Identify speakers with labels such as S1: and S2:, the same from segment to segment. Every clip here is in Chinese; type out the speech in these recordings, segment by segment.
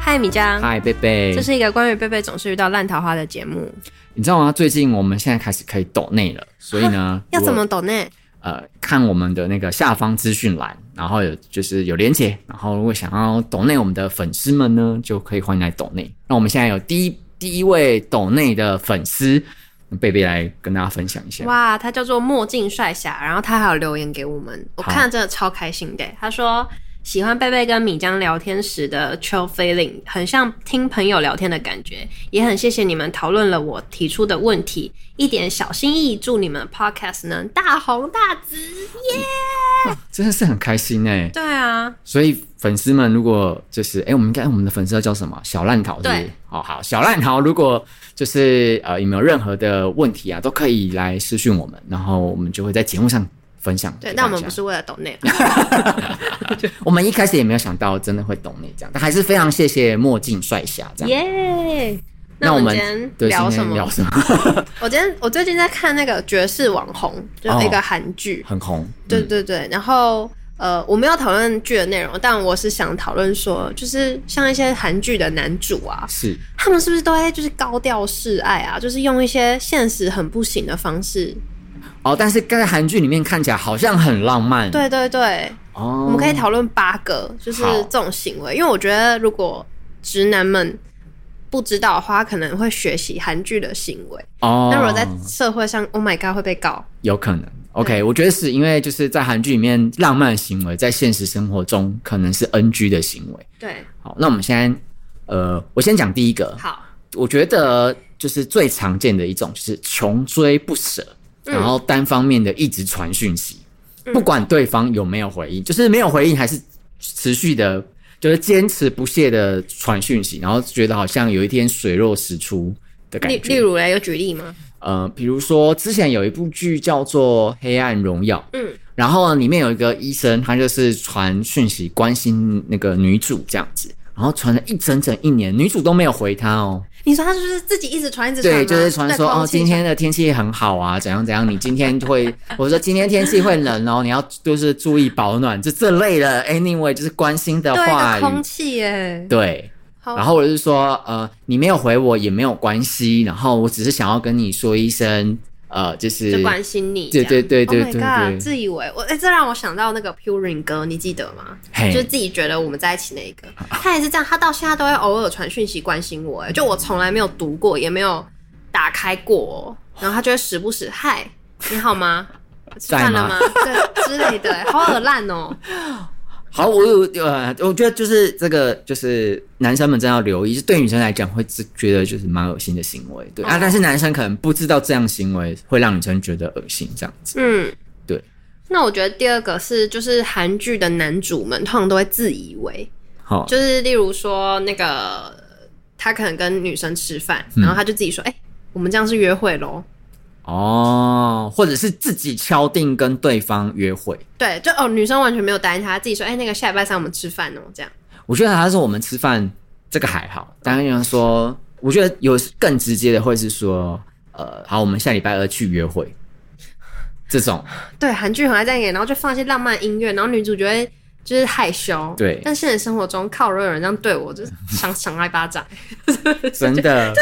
S1: 嗨，米江，
S2: 嗨，贝贝，
S1: 这是一个关于贝贝总是遇到烂桃花的节目，
S2: 你知道吗？最近我们现在开始可以抖内 了，所以呢，
S1: 要
S2: 如果
S1: 怎么懂呢？
S2: 呃看我们的那个下方资讯栏，然后有就是有连结，然后如果想要抖内我们的粉丝们呢，就可以欢迎来抖内。那我们现在有第一第一位抖内的粉丝贝贝来跟大家分享一下，
S1: 哇，他叫做墨镜帅侠，然后他还有留言给我们，我看了真的超开心的。他说喜欢贝贝跟米江聊天时的 chill feeling，很像听朋友聊天的感觉，也很谢谢你们讨论了我提出的问题，一点小心意，祝你们 podcast 能大红大紫耶！
S2: 真的是很开心哎、
S1: 对啊，
S2: 所以粉丝们，如果就是哎、诶我们应该我们的粉丝要叫什么？小烂桃是不是
S1: 对？
S2: 好好，小烂桃，如果就是呃有没有任何的问题啊，都可以来私讯我们，然后我们就会在节目上分享给
S1: 对，
S2: 大家。
S1: 但我们不是为了懂内，
S2: 我们一开始也没有想到真的会懂你这样，但还是非常谢谢墨镜帅侠这样。
S1: 耶！那
S2: 我
S1: 我
S2: 们
S1: 们今天
S2: 对
S1: 聊
S2: 今
S1: 什
S2: 天
S1: 么？
S2: 聊什么？
S1: 我今天我最近在看那个《绝世网红》，就是一个韩剧。
S2: 很红，
S1: 对
S2: 哦嗯，
S1: 对对，然后呃，我没有讨论剧的内容，但我是想讨论说，就是像一些韩剧的男主啊，
S2: 是
S1: 他们是不是都会就是高调示爱啊？就是用一些现实很不行的方式。
S2: 哦，但是在韩剧里面看起来好像很浪漫。
S1: 对对对，
S2: 哦，
S1: 我们可以讨论八个，就是
S2: 好
S1: 这种行为，因为我觉得如果直男们。不知道的话，可能会学习韩剧的行为。
S2: 哦，
S1: 那、如果在社会上，Oh my god，会被告。
S2: 有可能。OK，我觉得是因为就是在韩剧里面，浪漫行为在现实生活中可能是 NG 的行为。
S1: 对，
S2: 好，那我们现在，呃，我先讲第一个，
S1: 好，
S2: 我觉得就是最常见的一种就是穷追不舍，然后单方面的一直传讯息，不管对方有没有回应，就是没有回应还是持续的，就是坚持不懈的传讯息，然后觉得好像有一天水落石出的感
S1: 例
S2: 觉。
S1: 例如嘞，有举例吗？
S2: 呃，比如说之前有一部剧叫做《黑暗荣耀》，
S1: 嗯，
S2: 然后呢，里面有一个医生，他就是传讯息关心那个女主这样子，然后传了一整整一年，女主都没有回他哦。
S1: 你说他就是自己一直传，一直传
S2: 对，
S1: 吗，
S2: 就是传说
S1: 在空
S2: 哦，
S1: 气
S2: 今天的天气很好啊，怎样怎样，你今天会，我说今天天气会冷哦，你要就是注意保暖，就这类的。Anyway，就是关心的
S1: 对
S2: 话
S1: 的空
S2: 语，
S1: 气耶，
S2: 对。
S1: 好
S2: 然后我就说，呃，你没有回我也没有关系，然后我只是想要跟你说一声，呃，就是
S1: 就关心你这
S2: 对
S1: 样，
S2: 对对对
S1: Oh
S2: 对
S1: my
S2: 对
S1: god，自以为我哎，这让我想到那个 Purin 哥，你记得吗？
S2: 嘿啊
S1: 就是自己觉得我们在一起那一个，他也是这样，他到现在都会偶尔传讯息关心我，哎，就我从来没有读过，也没有打开过，哦然后他就会时不时嗨，你好吗？吃饭了吗？对之类的，哎好恶烂哦。
S2: 好，我有呃，我觉得就是这个，就是男生们真的要留意，就对女生来讲会自觉得就是蛮恶心的行为，对、啊
S1: 哦，
S2: 但是男生可能不知道这样行为会让女生觉得恶心这样子。
S1: 嗯，
S2: 对。
S1: 那我觉得第二个是，就是韩剧的男主们通常都会自以为，
S2: 好、
S1: 就是例如说那个他可能跟女生吃饭，
S2: 嗯
S1: 然后他就自己说：“哎、我们这样是约会咯。
S2: 哦，或者是自己敲定跟对方约会，
S1: 对，就哦，女生完全没有答应他，自己说：“哎、那个下礼拜三我们吃饭哦。”这样，
S2: 我觉得还是我们吃饭这个还好，当然有人说，我觉得有更直接的会是说，呃，好，我们下礼拜二去约会，这种
S1: 对，韩剧很爱这样演，然后就放一些浪漫音乐，然后女主角会就是害羞。
S2: 对
S1: 但现实生活中，靠，如果有人这样对我， 就是想赏他一巴掌，
S2: 真的。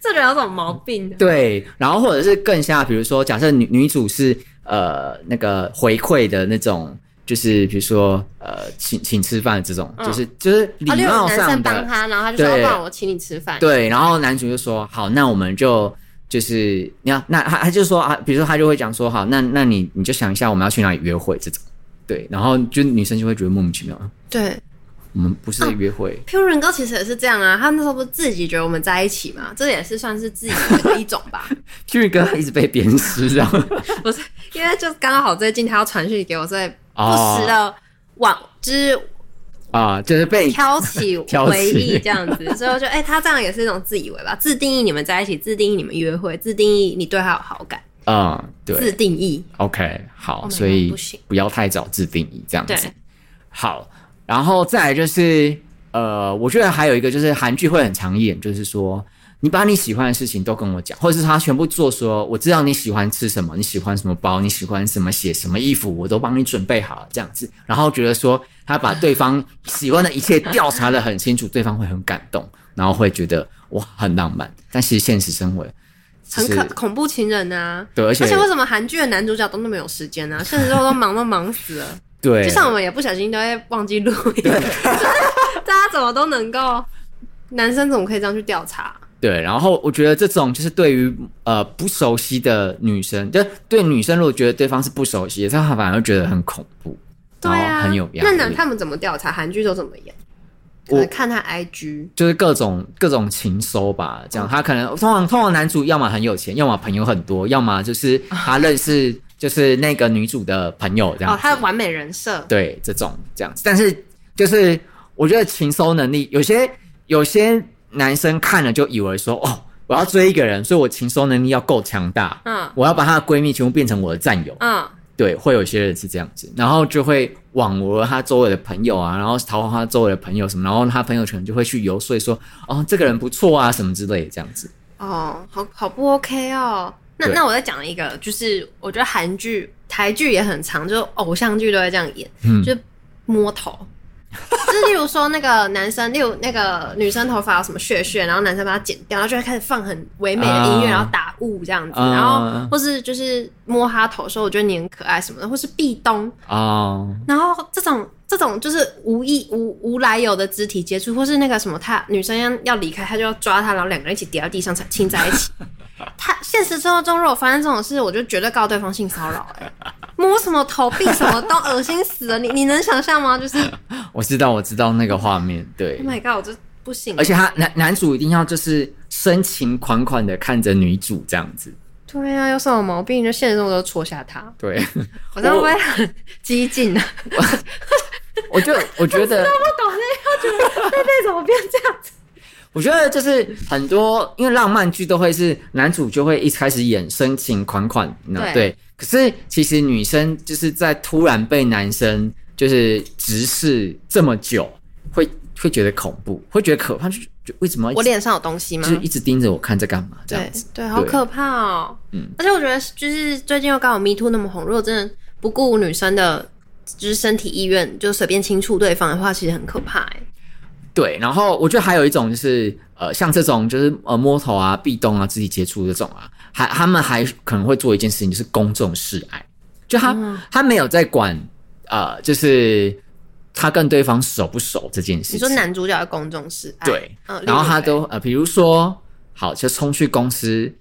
S1: 这人有什么毛病呢？
S2: 对，然后或者是更下，比如说，假设女女主是呃那个回馈的那种，就是比如说呃请请吃饭这种，就是就是礼
S1: 啊，例如
S2: 貌
S1: 男
S2: 上
S1: 生
S2: 的、
S1: 帮他，然后他就说：“哦
S2: 对
S1: 不然我请你吃饭。”
S2: 对，然后男主就说好，那我们就就是你要那他他就说啊，比如说他就会讲说好，那那你你就想一下我们要去哪里约会这种，对，然后就女生就会觉得莫名其妙，嗯
S1: 对，
S2: 我们不是在约会，
S1: 譬如人哥其实也是这样啊，他那时候不是自己觉得我们在一起嘛，这也是算是自己的一种 吧。
S2: 俊、哥一直被 鞭尸这样，
S1: 不是，因为就刚好最近他要传讯给我，所以
S2: 哦
S1: 不时的往、就是
S2: 啊，就是被
S1: 挑起
S2: 挑起
S1: 回忆这样子，所以我就哎、他这样也是一种自以为吧，自定义你们在一起，自定义你们约会，自定义你对他有好感，
S2: 啊、嗯、对，
S1: 自定义
S2: OK，好
S1: Oh my
S2: 所以
S1: God，不行
S2: 不要太早制定义这样
S1: 对
S2: 子。好，然后再来就是呃，我觉得还有一个就是韩剧会很常演，就是说你把你喜欢的事情都跟我讲，或者是他全部做说，我知道你喜欢吃什么，你喜欢什么包，你喜欢什么鞋、什么衣服，我都帮你准备好了这样子。然后觉得说他把对方喜欢的一切调查的很清楚，对方会很感动，然后会觉得哇很浪漫。但其实现实生活其
S1: 很
S2: 实
S1: 可恐怖情人啊。
S2: 对，而且
S1: 而且为什么韩剧的男主角都那么有时间呢、现实中都忙都忙死了，
S2: 对，
S1: 就像我们也不小心都会忘记录音， 大家怎么都能够，男生怎么可以这样去调查？
S2: 对，然后我觉得这种就是对于呃不熟悉的女生，就对女生如果觉得对方是不熟悉的，她反而会觉得很恐怖，
S1: 对
S2: 然
S1: 啊，
S2: 哦后很有压
S1: 那
S2: 力。
S1: 男他们怎么调查？韩剧都怎么演？可
S2: 我
S1: 能看他 IG，
S2: 就是各种各种情收吧，这
S1: 哦
S2: 样他可能通常通常男主要么很有钱，要么朋友很多，要么就是他认识就是那个女主的朋友这样
S1: 哦，他的完美人设，
S2: 对这种这样子。但是就是我觉得情收能力，有些有些男生看了就以为说哦，我要追一个人，所以我情收能力要够强大，
S1: 嗯
S2: 我要把她的闺蜜全部变成我的战友。
S1: 嗯，
S2: 对，会有些人是这样子，然后就会网罗他周围的朋友啊，然后讨好他周围的朋友什么，然后他朋友圈就会去游说说，哦，这个人不错啊，什么之类的这样子。
S1: 哦，好好不 OK 哦。那
S2: 对
S1: 那我再讲一个，就是我觉得韩剧、台剧也很长，就是偶像剧都会这样演，
S2: 嗯
S1: 就是摸头。 就是例如说那个男生，例如那个女生头发有什么屑屑，然后男生把它剪掉，然后就会开始放很唯美的音乐，
S2: 啊
S1: 然后打雾这样子，
S2: 啊
S1: 然后或是就是摸他头说我觉得你很可爱什么的，或是壁咚，
S2: 哦，
S1: 然后这种这种就是无意无无来由的肢体接触，或是那个什么他，女生要要离开，他就要抓他，然后两个人一起跌到地上才亲在一 起。他现实生活中如果发生这种事，我就绝对告对方性骚扰、 欸。摸什么头臂什么都恶心死了，你你能想象吗？ 就是，Oh
S2: 我知道，我知道那个画面，对。
S1: my god，我这不行。
S2: 而且他男男主一定要就是深情款款的看着女主这样子，
S1: 对啊，有什么毛病就现实中都戳瞎他，
S2: 对
S1: 我这样会不会很激进 呢、啊？
S2: 我就我觉得。
S1: 不懂那要觉得贝贝怎么变这样子？
S2: 我觉得就是很多，因为浪漫剧都会是男主就会一开始演深情款款，那
S1: 对
S2: 对。可是其实女生就是在突然被男生就是直视这么久，会会觉得恐怖，会觉得可怕，就就为什么
S1: 我
S2: 一直
S1: 脸上有东西吗？
S2: 就是一直盯着我看在干嘛这样子？
S1: 对，好可怕哦。
S2: 嗯
S1: 而且我觉得就是最近又刚好 Me Too 那么红，如果真的不顾女生的就是身体意愿，就随便轻触对方的话，其实很可怕哎。
S2: 对，然后我觉得还有一种就是，呃，像这种就是呃摸头啊、壁咚啊、肢体接触这种啊，还他们还可能会做一件事情，就是公众示爱，就他、
S1: 嗯
S2: 他没有在管，呃，就是他跟对方熟不熟这件事情。
S1: 你说男主角的公众示爱，
S2: 对，
S1: 嗯，
S2: 然后他
S1: 例如
S2: 都呃，比如说好，就冲去公司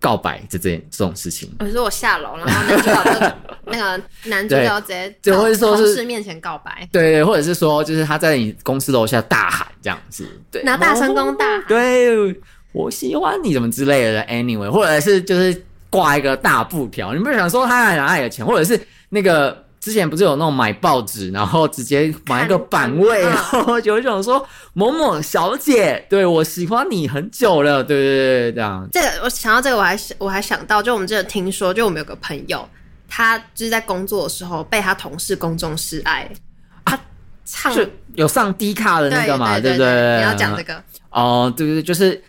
S2: 告白这件这种事情，
S1: 谁，我说我下楼，然后男主角就 那个男主角直接
S2: 对
S1: 到
S2: 或者说是
S1: 同事面前告白，
S2: 对对，或者是说就是他在你公司楼下大喊这样子，对，
S1: 拿大声公大喊
S2: 对，我喜欢你怎么之类的，anyway，或者是就是挂一个大布条，你不是想说他拿你的钱，或者是那个之前不是有那种买报纸，然后直接买一个版位，
S1: 看
S2: 然后有一种说某某小姐，对我喜欢你很久了，对对对对，这样，
S1: 这个我想到这个，我还是我还想到，就我们之前听说，就我们有个朋友，他就是在工作的时候被他同事公众示爱，他唱
S2: 就有上低卡啊的那个嘛，
S1: 嗯对
S2: 不
S1: 对，
S2: 对？
S1: 你要讲这个，
S2: 哦，对对对，就是，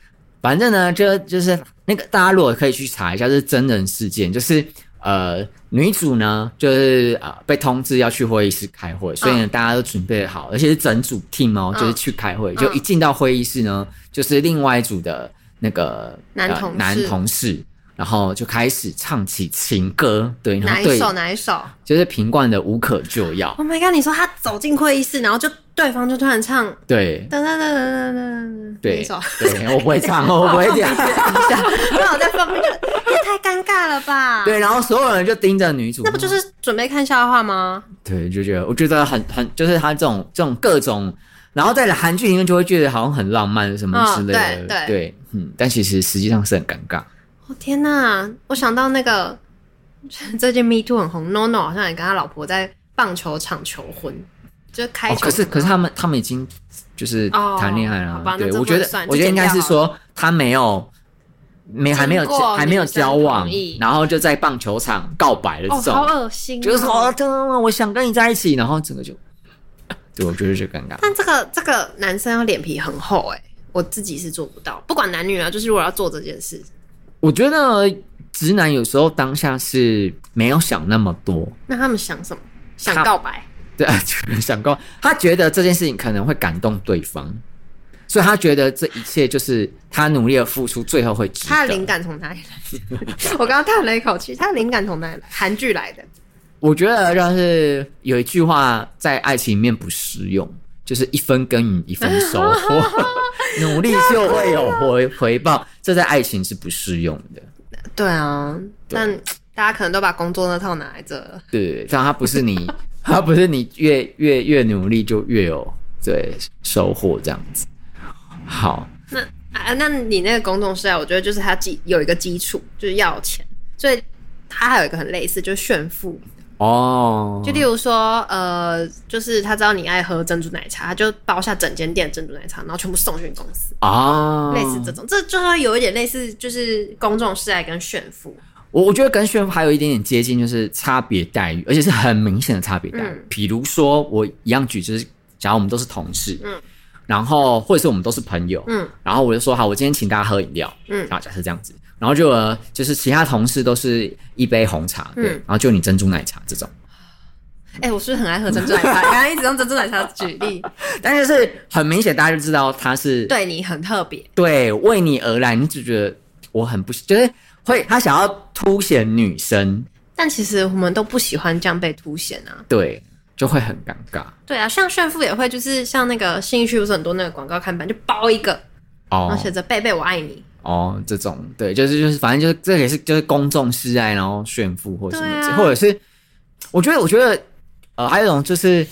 S2: 反正呢，就就是那个大家如果可以去查一下，是真人事件，就是呃，女主呢就是呃被通知要去会议室开会，所以呢大家都准备好，而且是整组 team 哦，
S1: 嗯
S2: 就是去开会，就一进到会议室呢，就是另外一组的那个
S1: 男同事
S2: 呃、男同事。然后就开始唱起情歌，对，然
S1: 哪
S2: 后
S1: 一
S2: 对，
S1: 首哪一首
S2: 就是平冠的《无可救药》，
S1: ？Oh my god！你说他走进会议室，然后就对方就突然唱
S2: 对
S1: 噔噔噔噔噔噔，
S2: 对
S1: 哪一首？
S2: 对，我不会唱，我不会讲，
S1: 那我在放那个，也太尴尬了吧？，
S2: 对，然后所有人就盯着女主，
S1: 那不就是准备看笑话吗？
S2: 对，就觉得我觉得很很，就是他这种这种各种，然后在韩剧里面就会觉得好像很浪漫什么之类的，
S1: 嗯对对
S2: 嗯，但其实实际上是很尴尬。
S1: 哦天哪！我想到那个 最近 Me Too 很红，NONO 好像也跟他老婆在棒球场求婚，就开
S2: 哦，
S1: 球。
S2: 可是可是他们他们已经就是
S1: 哦
S2: 谈恋爱了
S1: 好
S2: 啊，
S1: 吧那
S2: 对，
S1: 这
S2: 我
S1: 不
S2: 觉
S1: 能
S2: 得
S1: 算
S2: 我觉
S1: 这
S2: 得应该
S1: 剪
S2: 是
S1: 掉
S2: 说他没有没还没有
S1: 经过
S2: 还没有
S1: 女生
S2: 交往
S1: 同意，
S2: 然后就在棒球场告白了
S1: 哦，
S2: 这种，
S1: 好恶心、哦！
S2: 就是说哦，真的我想跟你在一起，然后整个就，对我觉得就尴尬。
S1: 但这个这个男生要脸皮很厚哎、我自己是做不到，不管男女啊，就是如果要做这件事，
S2: 我觉得直男有时候当下是没有想那么多，
S1: 那他们想什么？想
S2: 他
S1: 告白？
S2: 对， 就是想告他觉得这件事情可能会感动对方，所以他觉得这一切就是他努力的付出，最后会值
S1: 他的
S2: 得
S1: 灵感从哪里来？ 我刚刚叹了一口气，他的灵感从哪里来？韩剧来的。
S2: 我觉得就是有一句话在爱情里面不适用，就是一分耕耘一分 收获，努力就会有回回报，这在爱情是不适用的。
S1: 对啊，但大家可能都把工作那套拿来这了。
S2: 对，但它不 是你，它不是你越越越努力就越有对收获这样子。好，
S1: 那啊，那你那个公众事啊，我觉得就是它基有一个基础，就是要钱，所以它还有一个很类似，就是炫富。
S2: 哦，
S1: 就例如说，呃，就是他知道你爱喝珍珠奶茶，他就包下整间店珍珠奶茶，然后全部送去你公司，
S2: 啊，
S1: 类似这种，这就会有一点类似，就是公众示爱跟炫富。
S2: 我我觉得跟炫富还有一点点接近，就是差别待遇，而且是很明显的差别待
S1: 嗯
S2: 遇。比如说，我一样举，就是假如我们都是同事，
S1: 嗯
S2: 然后或者是我们都是朋友，
S1: 嗯
S2: 然后我就说好，我今天请大家喝饮料，
S1: 嗯
S2: 然后假设这样子，然后就呃就是其他同事都是一杯红茶，
S1: 嗯
S2: 对，然后就你珍珠奶茶这种，
S1: 哎、我是不是很爱喝珍珠奶 茶？刚刚一直用珍珠奶茶举例，
S2: 但就是很明显，大家就知道他是
S1: 对你很特别。
S2: 对为你而来，你只觉得我很不喜，就是会他想要凸显女生，
S1: 但其实我们都不喜欢这样被凸显啊。
S2: 对，就会很尴尬
S1: 对啊，像炫富也会，就是像那个信义区不是很多那个广告看板，就包一个，
S2: 哦。
S1: 然后写着“贝贝我爱你
S2: 哦，这种对，就是就是，反正就是这也是就是公众示爱，然后炫富或什么之，
S1: 对啊
S2: 或者是我觉得我觉得呃，还有一种就是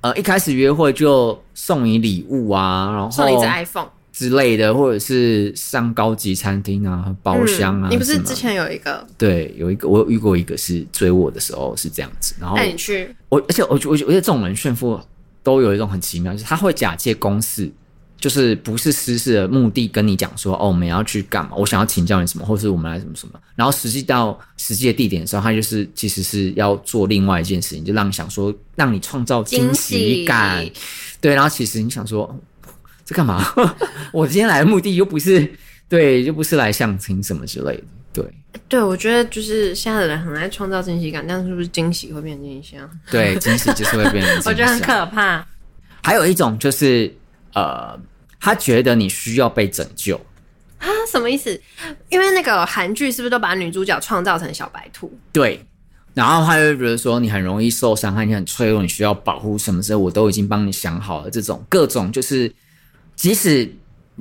S2: 呃，一开始约会就送你礼物啊，然”，
S1: 送你一
S2: 后
S1: 只 iPhone。
S2: 之类的，或者是上高级餐厅啊、包厢啊、
S1: 嗯，你不是
S2: 什么
S1: 之前有一个
S2: 对有一个我有遇过一个是追我的时候是这样子，然后
S1: 带你去？
S2: 我而且我觉我觉我觉得这种人炫富都有一种很奇妙，就是他会假借公事，就是不是私事的目的跟你讲说哦，我们要去干嘛，我想要请教你什么，或是我们来什么什么，然后实际到实际的地点的时候，他就是其实是要做另外一件事情，就让你想说让你创造惊
S1: 惊
S2: 喜
S1: 喜
S2: 感，对，然后其实你想说哦这干嘛？ 我今天来的目的又不是对，又不是来相亲什么之类的，对。
S1: 对，我觉得就是现在的人很爱创造惊喜感，但是不是惊喜会变惊喜啊？
S2: 对，惊喜就是会变成
S1: 我觉得
S2: 惊
S1: 很
S2: 喜
S1: 可怕。
S2: 还有一种就是呃，他觉得你需要被拯救，
S1: 那什么意思？因为那个韩剧是不是都把女主角创造成小白兔？
S2: 对，然后他就觉得说你很容易受伤害，你很脆弱，你需要保护什么时候我都已经帮你想好了，这种各种就是即使。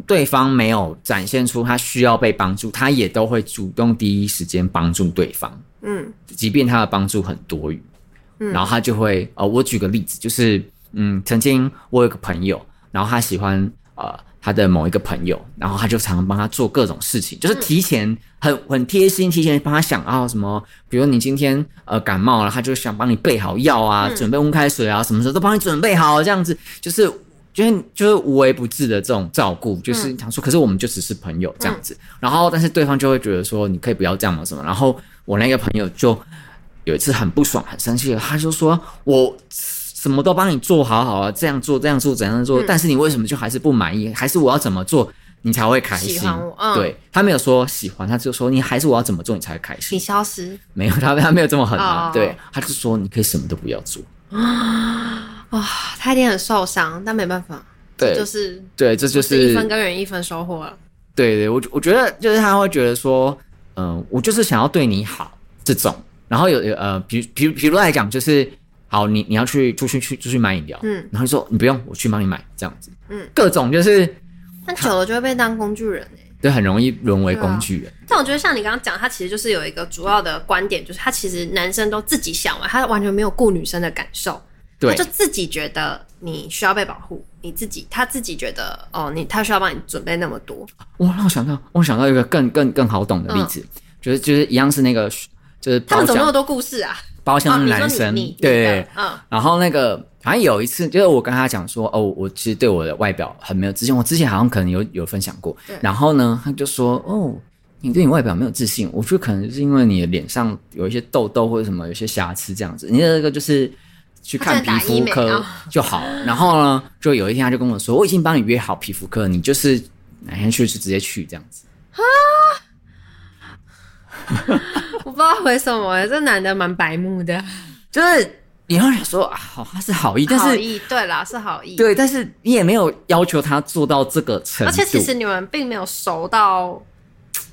S2: 对方没有展现出他需要被帮助，他也都会主动第一时间帮助对方。
S1: 嗯，
S2: 即便他的帮助很多余，然后他就会呃，我举个例子，就是嗯，曾经我有个朋友，然后他喜欢呃他的某一个朋友，然后他就常常帮他做各种事情，就是提前很很贴心，提前帮他想啊什么，比如你今天呃感冒了，他就想帮你备好药啊，准备温开水啊，什么时候都帮你准备好，这样子就是。就是就是无微不至的这种照顾，就是
S1: 嗯
S2: 想说，可是我们就只是朋友这样子，然后但是对方就会觉得说，你可以不要这样嘛什么，然后我那个朋友就有一次很不爽、很生气了，他就说：“我什么都帮你做好好啊，这样做、这样做、怎样
S1: 嗯
S2: 做，但是你为什么就还是不满意？还是我要怎么做你才会开心？”
S1: 喜欢我嗯
S2: 对他没有说喜欢，他就说你还是我要怎么做你才会开
S1: 你
S2: 心？
S1: 消失
S2: 没有，他他没有这么狠啊。
S1: 哦
S2: 对，他就说你可以什么都不要做。
S1: 哇、啊他一定很受伤，但没办法，
S2: 对，
S1: 就是
S2: 对，这就
S1: 一
S2: 是
S1: 分耕耘一分收获了。
S2: 对对，我我觉得就是他会觉得说，嗯、我就是想要对你好这种。然后有有呃，比如比如比如来讲，就是好，你你要去出去去出去买饮料，
S1: 嗯，
S2: 然后就说你不用，我去帮你买这样子，
S1: 嗯，
S2: 各种就是
S1: 但久了就会被当工具人、欸
S2: 对，很容易沦
S1: 啊
S2: 为工具人，
S1: 但我觉得像你刚刚讲，他其实就是有一个主要的观点，就是他其实男生都自己想完，他完全没有顾女生的感受，
S2: 对
S1: 他就自己觉得你需要被保护，你自己他自己觉得哦，你他需要帮你准备那么多，
S2: 哇，让我想到，我想到一个更更更好懂的例子，就是就是一样是那个就是
S1: 嗯他
S2: 包
S1: 们怎么那么
S2: 厢
S1: 多故事啊？
S2: 包
S1: 哦，
S2: 厢
S1: 你说
S2: 男
S1: 你
S2: 生，
S1: 你你
S2: 对
S1: 的嗯
S2: 然后那个，反正有一次，就是我跟他讲说，哦，我其实对我的外表很没有自信，我之前好像可能有有分享过
S1: 对。
S2: 然后呢，他就说，哦，你对你外表没有自信，我觉得可能是因为你的脸上有一些痘痘或者什么，有一些瑕疵这样子。你这个就是去看皮
S1: 他真
S2: 肤
S1: 的打医美
S2: 科
S1: 哦
S2: 就好了。然后呢，就有一天他就跟我说，我已经帮你约好皮肤科，你就是哪天去就直接去这样子。
S1: 我不知道回什么，欸这男的蛮白目的，
S2: 就是你会想说啊，好、他是好意，但
S1: 好
S2: 是
S1: 意，对啦，是好意。
S2: 对，但是你也没有要求他做到这个程度。
S1: 而且其实你们并没有熟到，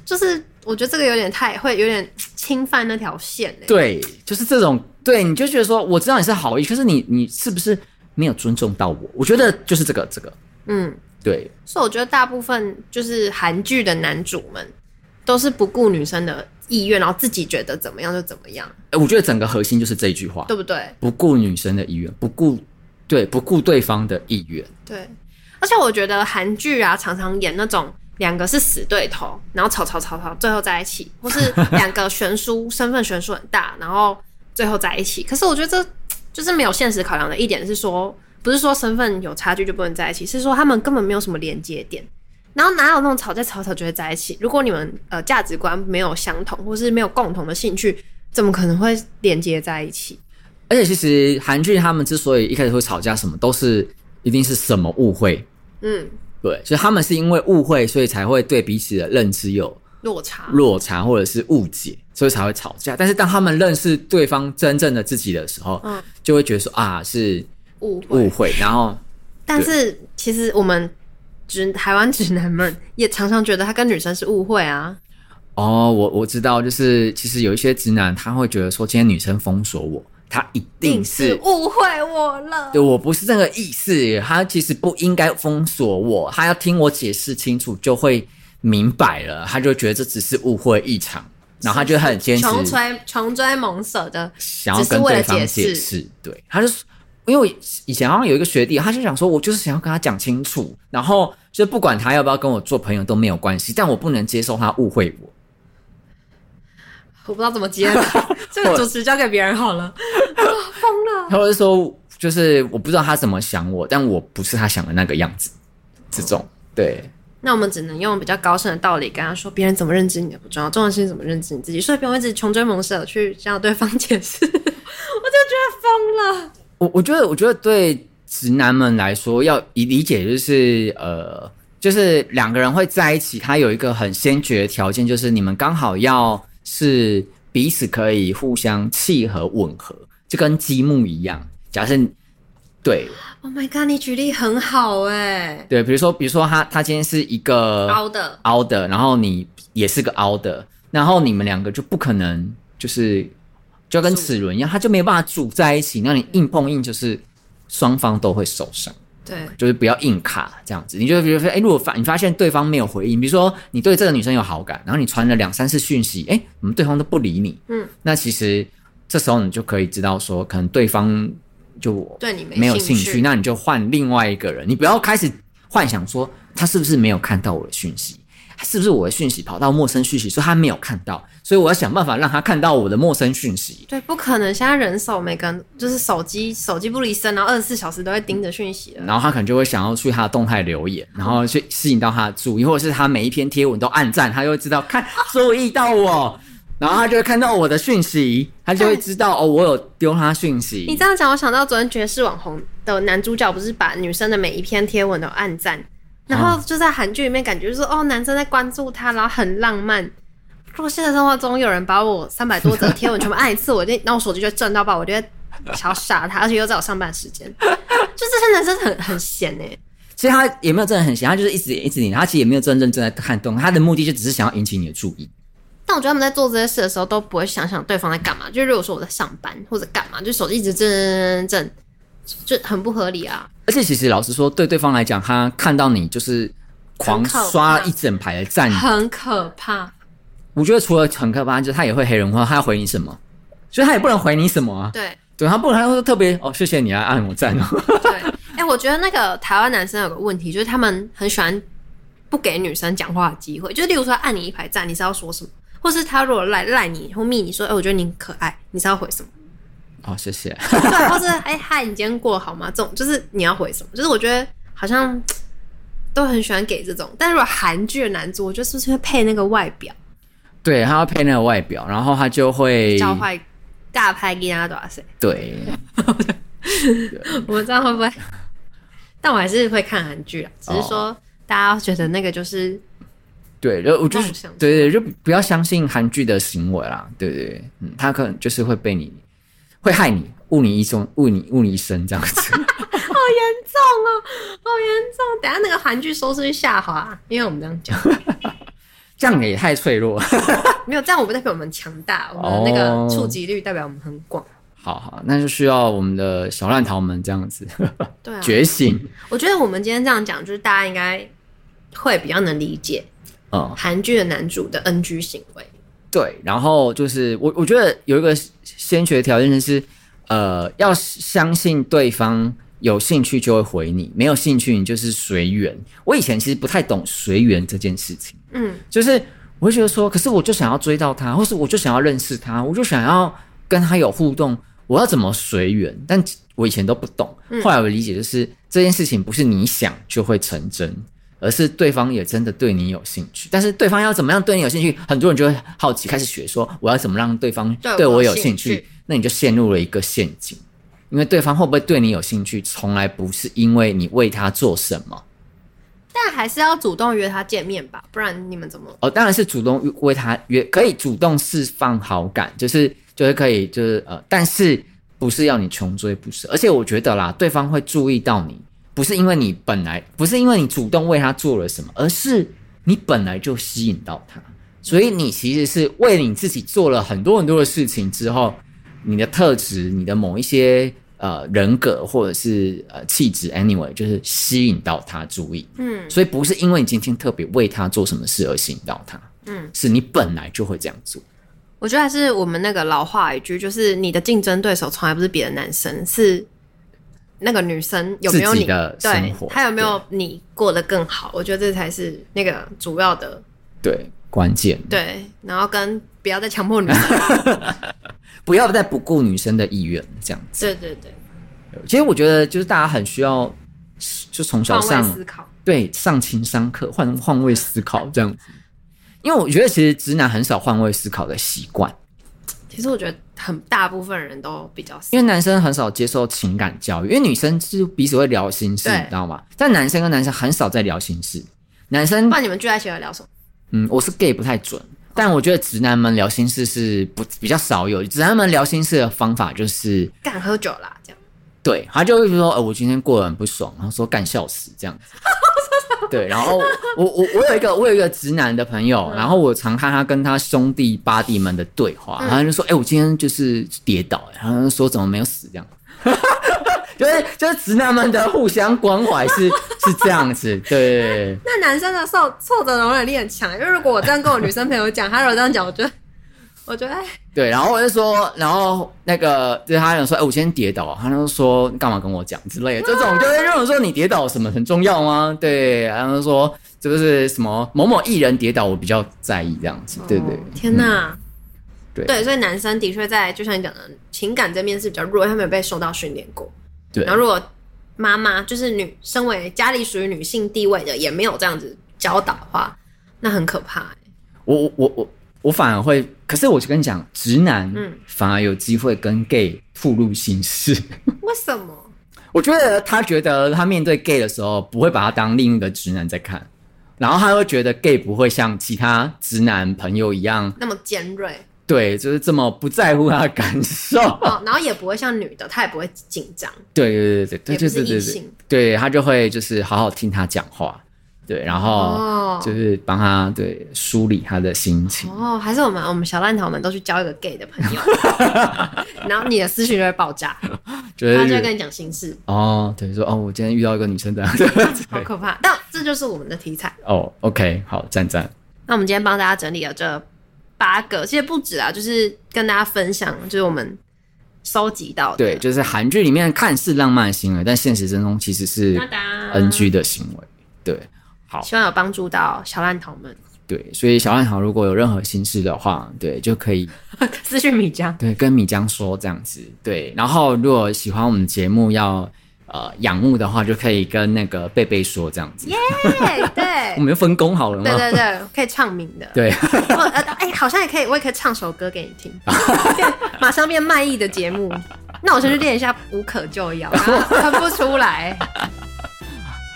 S1: 就是我觉得这个有点太会有点侵犯那条线欸
S2: 对，就是这种，对，你就觉得说，我知道你是好意，可是你你是不是没有尊重到我？我觉得就是这个这个，
S1: 嗯，
S2: 对，
S1: 所以我觉得大部分就是韩剧的男主们都是不顾女生的意愿，然后自己觉得怎么样就怎么样，
S2: 呃我觉得整个核心就是这一句话：
S1: 对不对？
S2: 不顾女生的意愿，不顾对，不顾对方的意愿。
S1: 对。而且我觉得韩剧啊，常常演那种两个是死对头，然后吵吵吵吵，最后在一起，或是两个悬殊身份悬殊很大，然后最后在一起。可是我觉得这就是没有现实考量的一点是说，不是说身份有差距就不能在一起，是说他们根本没有什么连接点。然后哪有那种吵架吵吵就会在一起？如果你们呃价值观没有相同，或是没有共同的兴趣，怎么可能会连接在一起？
S2: 而且其实韩剧他们之所以一开始会吵架，什么都是一定是什么误会，
S1: 嗯，
S2: 对，所以他们是因为误会，所以才会对彼此的认知有
S1: 落差。
S2: 落差或者是误解，所以才会吵架。但是当他们认识对方真正的自己的时候，
S1: 嗯
S2: 就会觉得说啊是
S1: 误会
S2: 误会，然后
S1: 但是其实我们直台湾直男们也常常觉得他跟女生是误会啊，
S2: 哦，我我知道，就是其实有一些直男他会觉得说，今天女生封锁我，他一定是
S1: 定误会我了
S2: 对。我不是这个意思，他其实不应该封锁我，他要听我解释清楚就会明白了，他就觉得这只是误会一场，然后他就很坚持
S1: 穷追穷追猛舍的，
S2: 想要跟对方解
S1: 只是
S2: 释，对，他就因为我以前好像有一个学弟，他就想说，我就是想要跟他讲清楚，然后就不管他要不要跟我做朋友都没有关系，但我不能接受他误会我。
S1: 我不知道怎么接 了，这个主持交给别人好了。
S2: 他会说，就是我不知道他怎么想我，但我不是他想的那个样子，这种对。
S1: 那我们只能用比较高深的道理跟他说，别人怎么认知你的不重要，重要的是你怎么认知你自己。所以不用一直穷追猛舍去向对方解释，我就觉得疯了。
S2: 我我觉得，我觉得对直男们来说，要以理解就是呃，就是两个人会在一起，他有一个很先决的条件，就是你们刚好要是彼此可以互相契合吻合，就跟积木一样。假设你对
S1: Oh my god，你举例很好哎、
S2: 对，比如说比如说他他今天是一个
S1: 凹的，
S2: 凹的，然后你也是个凹的，然后你们两个就不可能就是就跟齿轮一样，它就没办法组在一起。那你硬碰硬，就是双方都会受伤，
S1: 对，
S2: 就是不要硬卡这样子。你就比如说，哎、如果发你发现对方没有回应，比如说你对这个女生有好感，然后你传了两三次讯息，哎、我们对方都不理你，
S1: 嗯，
S2: 那其实这时候你就可以知道说，可能对方就
S1: 对你没
S2: 没有
S1: 兴
S2: 兴趣，那你就换另外一个人。你不要开始幻想说他是不是没有看到我的讯息，是不是我的讯息跑到陌生讯息，所以他没有看到，所以我要想办法让他看到我的陌生讯息。
S1: 对，不可能！现在人手每个人就是手机，手机不离身，然后二十四小时都在盯着讯息了。
S2: 然后他可能就会想要去他的动态留言，然后去吸引到他的注意，或者是他每一篇贴文都按赞，他就会知道看注意到我，然后他就会看到我的讯息，他就会知道哦，我有丢他讯息。
S1: 你这样讲，我想到昨天爵士网红的男主角不是把女生的每一篇贴文都按赞，然后就在韩剧里面感觉就是哦，男生在关注她，然后很浪漫。如果现实生活中有人把我三百多则贴文全部按一次，我就然后我手机就会震到爆，我就会想要杀他，而且又在我上班时间，就这些男生很很闲哎、
S2: 其实他也没有真的很闲，他就是一直一直黏，他其实也没有真的认真在看动，他的目的就只是想要引起你的注意。
S1: 但我觉得他们在做这些事的时候都不会想想对方在干嘛。就如果说我在上班或者干嘛，就手机一直震震震，就很不合理啊。
S2: 而且其实老实说，对对方来讲，他看到你就是狂
S1: 很可怕
S2: 刷一整排的 赞，
S1: 很可怕。
S2: 我觉得除了很可怕，就是他也会黑人话，他要回你什么，所以他也不能回你什么啊。
S1: 对
S2: 对他不能，他会特别哦，谢谢你啊，按我赞哦。
S1: 对，哎、我觉得那个台湾男生有个问题，就是他们很喜欢不给女生讲话的机会。就例如说，按你一排赞，你是要说什么？或是他如果赖赖你或密你说，哎、我觉得你很可爱，你是要回什么？
S2: 哦，谢谢。
S1: 对，或是哎嗨，你今天过得好吗？这种就是你要回什么？就是我觉得好像都很喜欢给这种，但如果韩剧的男主，我觉得是不是会配那个外表，
S2: 对，他要配那个外表，然后他就会
S1: 教坏大派给他多少岁？
S2: 对，
S1: 我这样会不会？但我还是会看韩剧啊，只是说大家觉得那个就是
S2: 对，然后我就是
S1: 妄想
S2: 对对，就不要相信韩剧的行为啦，对对对，嗯，他可能就是会被你会害你误你一生，误你误你一生这样子。
S1: 好严重哦，好严重！等一下那个韩剧收视率下滑，因为我们这样 讲，
S2: 这样也太脆弱。
S1: 没有这样，我不代表我们强大，我们的那
S2: 哦
S1: 个触及率代表我们很广。
S2: 好好，那就需要我们的小烂桃们这样子
S1: 对啊，
S2: 觉醒。
S1: 我觉得我们今天这样讲，就是大家应该会比较能理解
S2: 嗯，
S1: 韩剧的男主的 NG 行为。
S2: 对。然后就是我，我觉得有一个先决条件就是，呃，要相信对方有兴趣就会回你，没有兴趣你就是随缘。我以前其实不太懂随缘这件事情，
S1: 嗯，
S2: 就是我会觉得说，可是我就想要追到他，或是我就想要认识他，我就想要跟他有互动，我要怎么随缘？但我以前都不懂，后来我理解就是这件事情不是你想就会成真，而是对方也真的对你有兴趣。但是对方要怎么样对你有兴趣，很多人就会好奇，开始学说我要怎么让对方
S1: 对我
S2: 对我
S1: 有
S2: 有
S1: 兴
S2: 兴趣
S1: 趣，
S2: 那你就陷入了一个陷阱。因为对方会不会对你有兴趣，从来不是因为你为他做什么，
S1: 但还是要主动约他见面吧，不然你们怎么？
S2: 哦，当然是主动为他约，可以主动释放好感，就是就是可以就是呃，但是不是要你穷追不舍？而且我觉得啦，对方会注意到你，不是因为你本来不是因为你主动为他做了什么，而是你本来就吸引到他，所以你其实是为你自己做了很多很多的事情之后，你的特质、你的某一些呃人格或者是呃气质，anyway，就是吸引到他注意。
S1: 嗯
S2: 所以不是因为你今天特别为他做什么事而吸引到他，
S1: 嗯，
S2: 是你本来就会这样做。
S1: 我觉得还是我们那个老话一句，就是你的竞争对手从来不是别的男生，是那个女生有没有
S2: 自己
S1: 你
S2: 的生
S1: 对
S2: 活，
S1: 她有没有你过得更好？我觉得这才是那个主要
S2: 嗯
S1: 的
S2: 对，关键
S1: 对，然后跟不要再强迫女 生，
S2: 不要再不顾女生的意愿这样子。
S1: 对对对，
S2: 其实我觉得就是大家很需要，就从小
S1: 换
S2: 上
S1: 位思考，
S2: 对上情商课换换位思考这样子。因为我觉得其实直男很少换位思考的习惯，
S1: 其实我觉得很大部分人都比较
S2: 因为男生很少接受情感教育，因为女生是彼此会聊心事，
S1: 对
S2: 你知道吗？但男生跟男生很少在聊心事，男生
S1: 不然你们聚在一起会聊什么？
S2: 嗯，我是 gay 不太准，但我觉得直男们聊心事是不比较少有。直男们聊心事的方法就是，
S1: 干喝酒啦，这样。
S2: 对，他就会说，呃，我今天过得很不爽，然后说干笑死这样子。 对，然后我我我有一个我有一个直男的朋友，然后我常看他跟他兄弟八弟们的对话，然后他就说，哎、我今天就是跌倒、欸，然后他就说怎么没有死这样。 就是就是直男们的互相关怀是是这样子，对对对。
S1: 那男生的受挫折容忍力很强，因为如果我这样跟我女生朋友讲，她如果这样讲，我觉得， 我觉得，哎
S2: 对，然后我就说，然后那个就是他想说，哎、我今天跌倒，他就说你干嘛跟我讲之类的，这种就会让人说你跌倒什么很重要吗？对，然后说就是什么某某艺人跌倒，我比较在意这样子，对对，
S1: 哦
S2: 嗯
S1: 天哪，
S2: 对
S1: 所以男生的确在就像你讲的情感这面是比较弱，他没有被受到训练过。
S2: 对
S1: 然后如果妈妈就是女，身为家里属于女性地位的，也没有这样子教导的话，那很可怕、欸。
S2: 我我我我我反而会，可是我就跟你讲，直男
S1: 嗯
S2: 反而有机会跟 gay 吐露心事。
S1: 为什么？
S2: 我觉得他觉得他面对 gay 的时候，不会把他当另一个直男在看，然后他会觉得 gay 不会像其他直男朋友一样。
S1: 那么尖锐
S2: 对，就是这么不在乎他的感受。
S1: 哦，然后也不会像女的，她也不会紧张。
S2: 对对对对对
S1: 也不
S2: 对
S1: 是
S2: 对对
S1: 异
S2: 对
S1: 性，
S2: 对他就会就是好好听他讲话，对，然后
S1: 哦
S2: 就是帮他对梳理他的心情。
S1: 哦，还是我们我们小烂桃们都去交一个 gay 的朋 友，然后你的思绪就会爆炸，
S2: 就
S1: 他就会跟
S2: 是
S1: 你讲心事，
S2: 哦，对，说哦，我今天遇到一个女生 这样子。
S1: 好可怕。但这就是我们的题材。
S2: 哦，OK，好，赞赞。
S1: 那我们今天帮大家整理了这八个，其实不止啊，就是跟大家分享，就是我们收集到的。
S2: 对，，就是韩剧里面看似浪漫的行为，但现实中其实是
S1: 哒哒
S2: NG 的行为。对，好，
S1: 希望有帮助到小烂桃们。
S2: 对，所以小烂桃如果有任何心事的话，对，就可以
S1: 私讯米江，
S2: 对，跟米江说这样子。对，然后如果喜欢我们节目要呃仰慕的话，就可以跟那个贝贝说这样子。
S1: 对
S2: 我
S1: 对
S2: 们就分工好了吗？
S1: 对对对，可以唱名的。
S2: 对
S1: 或呃，哎、好像也可以，我也可以唱首歌给你听，变马上变卖艺的节目。 啊那我先去练一下无可救药，然后哼不出来。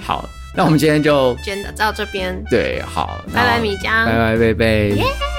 S2: 好，那我们今天就
S1: 今天的到这边，
S2: 对好，
S1: 拜拜
S2: 那
S1: 米江
S2: 拜拜贝贝。
S1: 耶